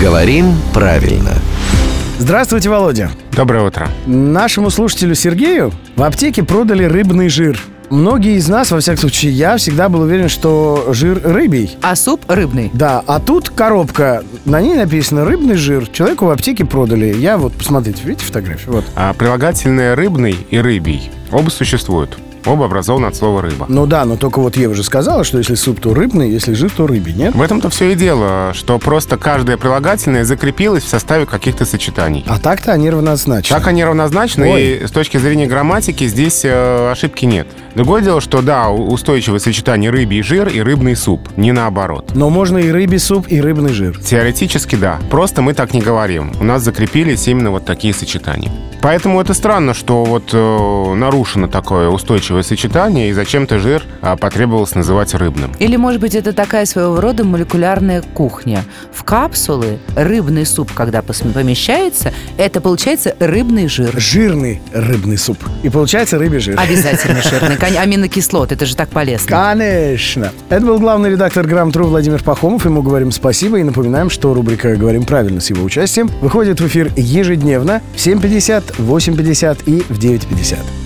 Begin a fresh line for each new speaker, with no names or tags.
Говорим правильно.
Здравствуйте, Володя.
Доброе утро.
Нашему слушателю Сергею в аптеке продали рыбный жир. Многие из нас, во всяком случае, я всегда был уверен, что жир рыбий.
А суп рыбный.
Да, а тут коробка, на ней написано «рыбный жир». Человеку в аптеке продали. Я вот, посмотрите, видите фотографию? Вот.
А прилагательные «рыбный» и «рыбий» оба существуют. Оба образованы от слова «рыба».
Ну да, но только вот Ева же сказала, что если суп, то рыбный, если жир, то рыбий, нет?
В этом-то все и дело, что просто каждое прилагательное закрепилось в составе каких-то сочетаний.
А так-то они равнозначны.
Так они равнозначны, и с точки зрения грамматики здесь э, ошибки нет. Другое дело, что да, у- устойчивое сочетание рыбий жир и рыбный суп, не наоборот.
Но можно и рыбий суп, и рыбный жир.
Теоретически да, просто мы так не говорим. У нас закрепились именно вот такие сочетания. Поэтому это странно, что вот э, нарушено такое устойчивое сочетание, и зачем-то жир а, потребовалось называть рыбным.
Или, может быть, это такая своего рода молекулярная кухня. В капсулы рыбный суп, когда посм- помещается, это получается рыбный жир.
Жирный рыбный суп. И получается рыбий жир.
Обязательно жирный. Кон- Аминокислот, это же так полезно.
Конечно. Это был главный редактор «Грамм-тру» Владимир Пахомов. Ему говорим спасибо и напоминаем, что рубрика «Говорим правильно» с его участием выходит в эфир ежедневно в 7.50, 8.50 и в 9.50.